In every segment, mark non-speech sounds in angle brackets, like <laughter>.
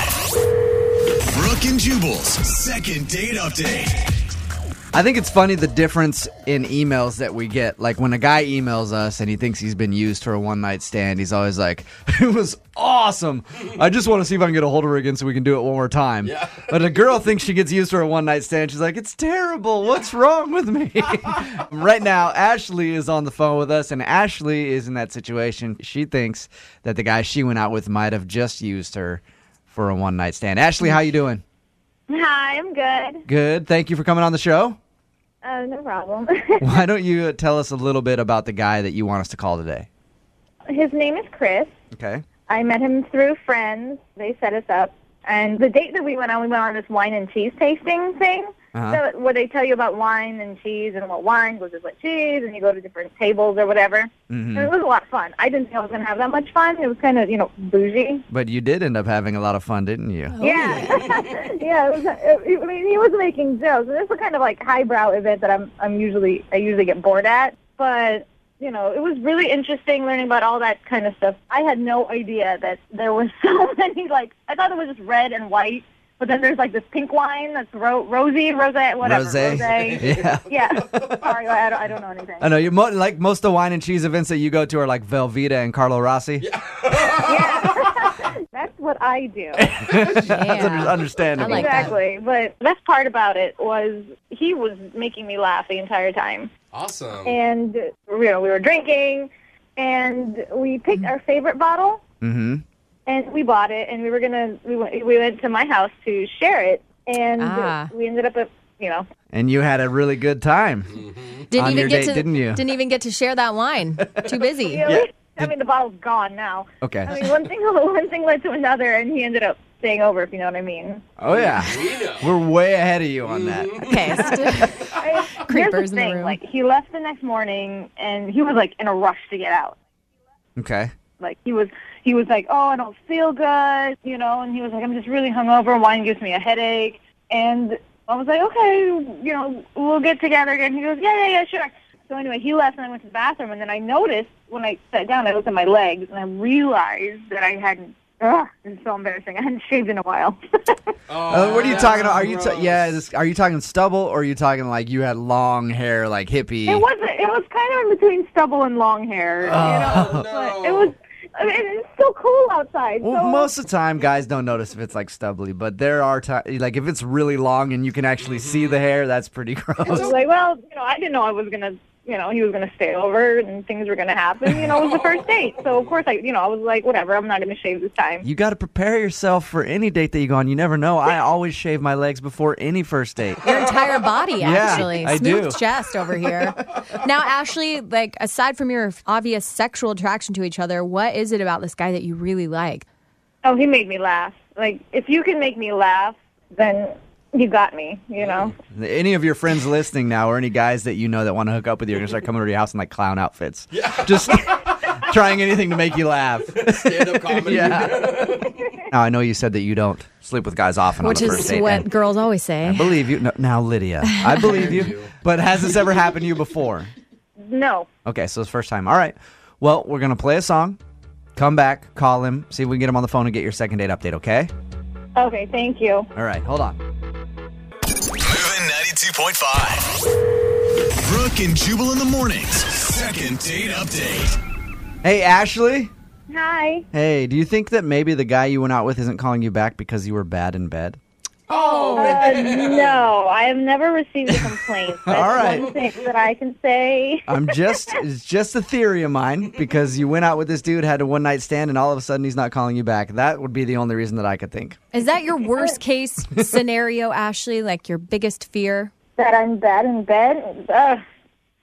92.5. Brooke and Jubal's second date update. I think it's funny the difference in emails that we get. Like when a guy emails us and he thinks he's been used for a one night stand, he's always like, <laughs> "It was awesome. I just want to see if I can get a hold of her again so we can do it one more time." But a girl thinks she gets used for a one night stand. She's like, "It's terrible. What's wrong with me?" <laughs> right now, Ashley is on the phone with us, and Ashley is in that situation. She thinks that the guy she went out with might have just used her for a one night stand. Ashley, how you doing? Hi, I'm good. Good. Thank you for coming on the show. Uh, no problem. Why don't you tell us a little bit about the guy that you want us to call today? His name is Chris. Okay. I met him through friends. They set us up. And the date that we went on, we went on this wine and cheese tasting thing. Uh-huh. So where they tell you about wine and cheese and what wine goes with what cheese, and you go to different tables or whatever. And it was a lot of fun. I didn't think I was going to have that much fun. It was kind of, you know, bougie. But you did end up having a lot of fun, didn't you? yeah. <laughs> yeah, it was, it, I mean, he was making jokes. And this is a kind of like highbrow event that I'm, I'm usually, I usually get bored at. But, you know, it was really interesting learning about all that kind of stuff. I had no idea that there was <laughs> so many, like, I thought it was just red and white. But then there's like this pink wine that's ro- rosy, rosé, whatever. Rosé. <laughs> Rosé. Yeah. yeah. Sorry, I don't, I don't know anything. I know you mo- like most of the wine and cheese events that you go to are like Velveeta and Carlo Rossi. Yeah. that's what I do. That's under- understandable. I like that. exactly. But the best part about it was he was making me laugh the entire time. Awesome. and you know we were drinking and we picked our favorite bottle Mm-hmm. hmm and we bought it and we were gonna we went we went to my house to share it and Ah. we ended up at you know And you had a really good time. Didn't On even your get date, to, didn't you? Didn't even get to share that wine. Too busy. you know, I mean the bottle's gone now. I Okay. mean one thing <laughs> one thing led to another and he ended up staying over if you know what I mean. Oh yeah. We're way ahead of you on that. Okay. st- <laughs> I, here's Creepers the in the thing, room. like he left the next morning and he was like in a rush to get out. Okay. Like he was, he was like, "Oh, I don't feel good," you know, and he was like, "I'm just really hungover. Wine gives me a headache." And I was like, "Okay, you know, we'll get together again." He goes, "Yeah, yeah, yeah, sure." So anyway, he left, and I went to the bathroom, and then I noticed when I sat down, I looked at my legs, and I realized that I hadn't. Ugh, this is so embarrassing. I hadn't shaved in a while. <laughs> Uh, what are you that's talking about? Are you ta- gross. yeah? This, are you talking stubble or are you talking like you had long hair like hippie? It wasn't. It was kind of in between stubble and long hair. Oh, you know, no. but it was. I mean, it's so cool outside. Well, so most of the time, guys don't notice if it's like stubbly, but there are times, like if it's really long and you can actually see Mm-hmm. the hair, that's pretty <laughs> I was gross. like, well, you know, I didn't know I was gonna, you know, he was gonna stay over and things were gonna happen. You know, it was the <laughs> first date, so of course I, you know, I was like, whatever, I'm not gonna shave this time. You got to prepare yourself for any date that you go on. You never know. I always shave my legs before any first date. <laughs> Your entire body, actually. I Smooth do. chest over here. Now, Ashley, like aside from your obvious sexual attraction to each other, what is it about this guy that you really like? Oh, he made me laugh. Like, if you can make me laugh, then you got me. You know. Any of your friends listening now, or any guys that you know that want to hook up with you, are gonna start coming over to your house in like clown outfits. Yeah. Just <laughs> trying anything to make you laugh. <laughs> Stand-up comedy. <laughs> Yeah. now I know you said that you don't sleep with guys often Which on the first is date. what and girls always I say. believe you. No, now Lydia, I believe you. you. But has this ever happened to you before? No. Okay, so it's first time. All right. Well, we're gonna play a song. Come back, call him, see if we can get him on the phone and get your second date update. Okay. Okay. Thank you. All right. Hold on. Moving 92.5. Brooke and Jubal in the mornings. Second date update. Hey, Ashley. Hi. Hey, do you think that maybe the guy you went out with isn't calling you back because you were bad in bed? Uh, no, I have never received a complaint. <laughs> That's All right. one thing that I can say. I'm just it's just a theory of mine because you went out with this dude, had a one night stand, and all of a sudden he's not calling you back. That would be the only reason that I could think. Is that your <laughs> worst case scenario, Ashley? Like your biggest fear? that I'm bad in bed. Ugh.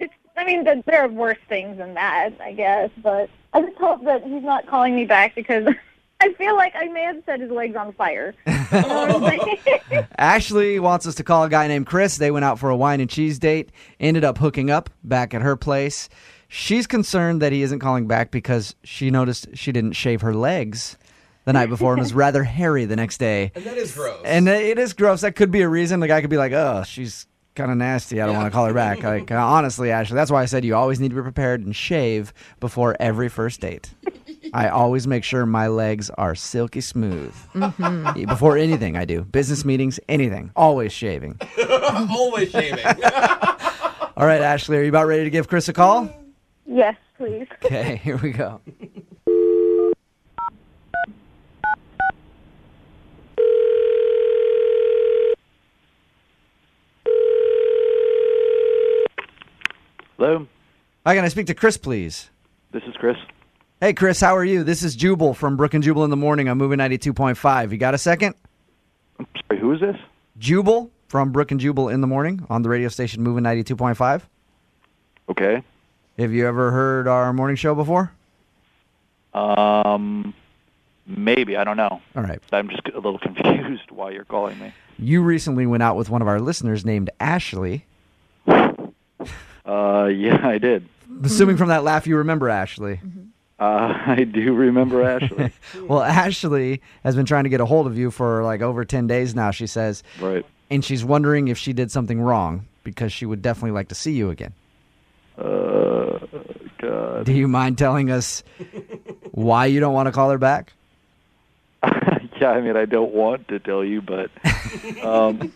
It's, I mean, th- there are worse things than that, I guess. But I just hope that he's not calling me back because <laughs> I feel like I may have set his legs on fire. <laughs> You know what I'm saying? Ashley wants us to call a guy named Chris. They went out for a wine and cheese date, ended up hooking up back at her place. She's concerned that he isn't calling back because she noticed she didn't shave her legs the night before and was rather hairy the next day. And that is gross. And it is gross. That could be a reason. The guy could be like, oh, she's kind of nasty. I don't want to call her back. Like, uh, <laughs> honestly, Ashley, that's why I said you always need to be prepared and shave before every first date. I always make sure my legs are silky smooth before anything I do. Business meetings, anything. Always shaving. Always shaving. All right, Ashley, are you about ready to give Chris a call? Yes, please. Okay, <laughs> here we go. Hello, Hi, can I speak to Chris, please? this is Chris. Hey, Chris, how are you? This is Jubal from Brook and Jubal in the Morning on Moving 92.5. You got a second? I'm sorry, who is this? Jubal from Brook and Jubal in the Morning on the radio station Moving 92.5. Okay. Have you ever heard our morning show before? Um, maybe I don't know. All right. I'm just a little <laughs> confused why you're calling me. You recently went out with one of our listeners named Ashley. Uh, yeah, I did. Assuming from that laugh you remember Ashley. Uh, <laughs> I do <laughs> remember Ashley. Well, Ashley has been trying to get a hold of you for like over 10 days now, she says, right. and she's wondering if she did something wrong because she would definitely like to see you again. Uh, God. Do you mind telling us why you don't want to call her back? yeah, I mean, I don't want to tell you, but um,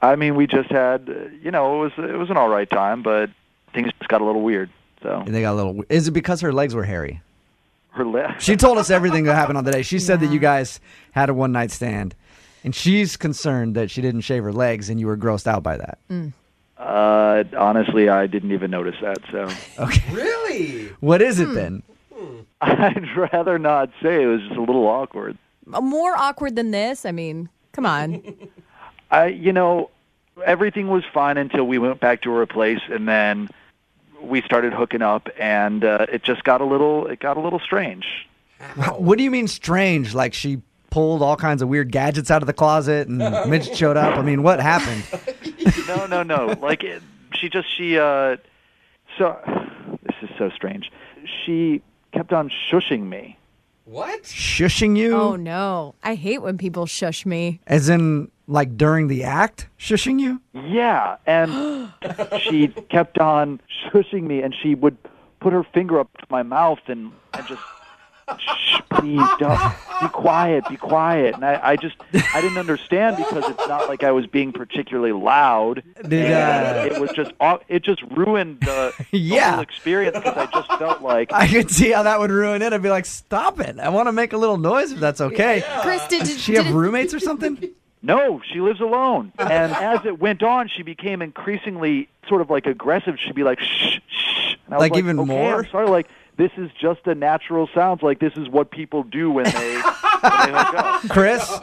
I mean, we just had, uh, you know, it was it was an all right time, but things just got a little weird. So And they got a little. Is it because her legs were hairy? her left. She told us everything that happened on the day. She said that you guys had a one night stand, and she's concerned that she didn't shave her legs and you were grossed out by that. Uh, honestly, I didn't even notice that. So really? What is it then? I'd <laughs> rather not say. It was just a little awkward. Uh, More awkward than this? I mean, <laughs> come on. I, you know, everything was fine until we went back to her place, and then we started hooking up, and uh, it just got a little, it got a little strange. What do you mean strange? Like she pulled all kinds of weird gadgets out of the closet and Mitch showed up. I mean, what happened? No, no, no. like it, she just, she, uh, so <sighs> this is so strange. She kept on shushing me. What? Shushing you? oh no. I hate when people shush me. As in, like during the act? Shushing you? Yeah, and she kept on shushing me, and she would put her finger up to my mouth and and just. Shh, please don't. Be quiet, be quiet. And I, I just, I didn't understand because it's not like I was being particularly loud. Did, uh, And It was just, aw- it just ruined the, <laughs> the Yeah. whole experience because I just felt like, I could see how that would ruin it. I'd be like, stop it. I want to make a little noise if that's okay. Chris, did, Does did, she have it- roommates or something? No, she lives alone. <laughs> And as it went on, she became increasingly sort of like aggressive. She'd be like, shh, shh. And I was Like even okay, more? I'm sorry, like, this is just a natural sound. Like, this is what people do when they, when they hook <laughs> up. Chris,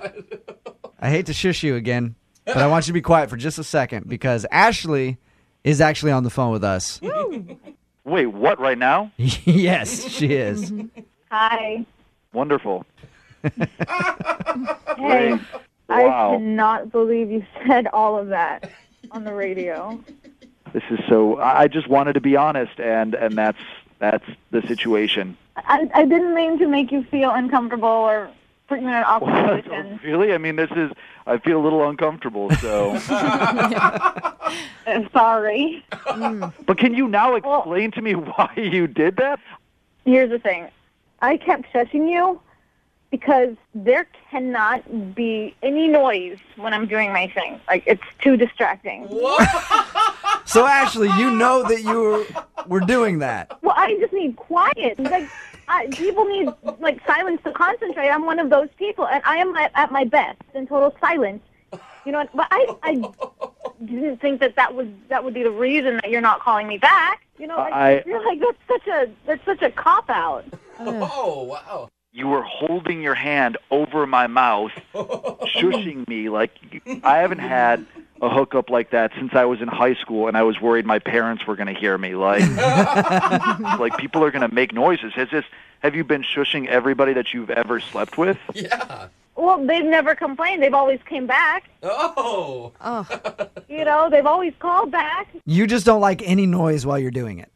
I hate to shush you again, but I want you to be quiet for just a second because Ashley is actually on the phone with us. Wait, what, right now? <laughs> yes, she is. Hi. Wonderful. Hey, I Wow. cannot believe you said all of that on the radio. This is so, I I just wanted to be honest, and, and that's, that's the situation. I, I didn't mean to make you feel uncomfortable or put you in an awkward position. <laughs> really? I mean, this is, I feel a little uncomfortable, so. Uh, Sorry. but can you now explain to me <laughs> why you did that? Here's the thing. I kept shushing you because there cannot be any noise when I'm doing my thing. Like, it's too distracting. So, Ashley, you know that you were, were doing that. Well, I just need quiet. Like, I, people need, like, silence to concentrate. I'm one of those people, and I am at, at my best in total silence. You know, but I, I didn't think that that would that would be the reason that you're not calling me back. You know, like, I- you're like that's such a that's such a cop out. Oh wow. you were holding your hand over my mouth, shushing me like I haven't had a hookup like that since I was in high school, and I was worried my parents were going to hear me. Like, like people are going to make noises. Has this? Have you been shushing everybody that you've ever slept with? Yeah. Well, they've never complained. They've always came back. Oh. <laughs> You know, they've always called back. You just don't like any noise while you're doing it.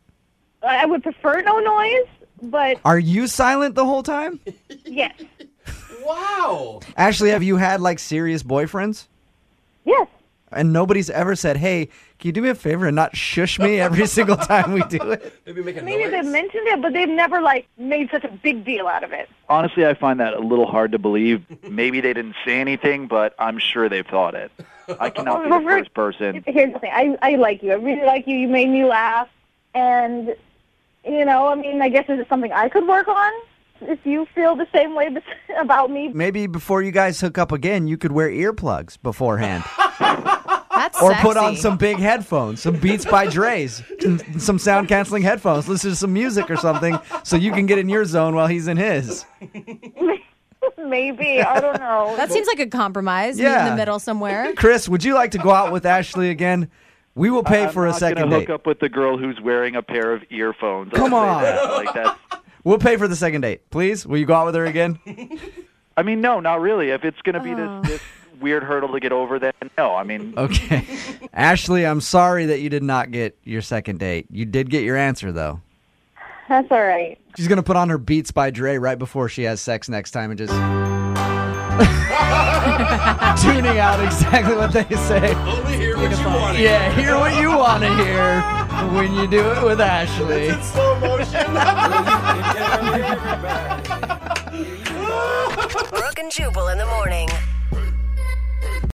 I would prefer no noise, but Are you silent the whole time? yes, Wow. Ashley, have you had like serious boyfriends? yes. and nobody's ever said, "Hey, can you do me a favor and not shush me every single time we do it?" Maybe make a Maybe they've noise. mentioned it, but they've never like made such a big deal out of it. Honestly, I find that a little hard to believe. Maybe they didn't say anything, but I'm sure they've thought it. I cannot <laughs> be the first person. Here's the thing: I I like you. I really like you. You made me laugh, and you know, I mean, I guess is it something I could work on? If you feel the same way <laughs> bes- about <laughs> me, Maybe before you guys hook up again, you could wear earplugs beforehand, That's or put on sexy. some big headphones, some Beats by Dre's, and some sound canceling headphones, listen to some music or something, so you can get in your zone while he's in his. maybe I don't know. That seems like a compromise. meet in Yeah. the middle somewhere. Chris, would you like to go out with Ashley again? We will pay for I'm a not second gonna date. hook up with the girl who's wearing a pair of earphones. I'll Come say on. that. like that's. We'll pay for the second date, please. Will you go out with her again? I mean, no, not really. If it's going to be this, this weird hurdle to get over, then no. I mean, Okay. Ashley, I'm sorry that you did not get your second date. You did get your answer, though. That's all right. She's going to put on her Beats by Dre right before she has sex next time and just. tuning out exactly what they say. Only hear what you want. Yeah, hear what you want to hear when you do it with Ashley. Slow motion. Brooke and Jubal in the morning.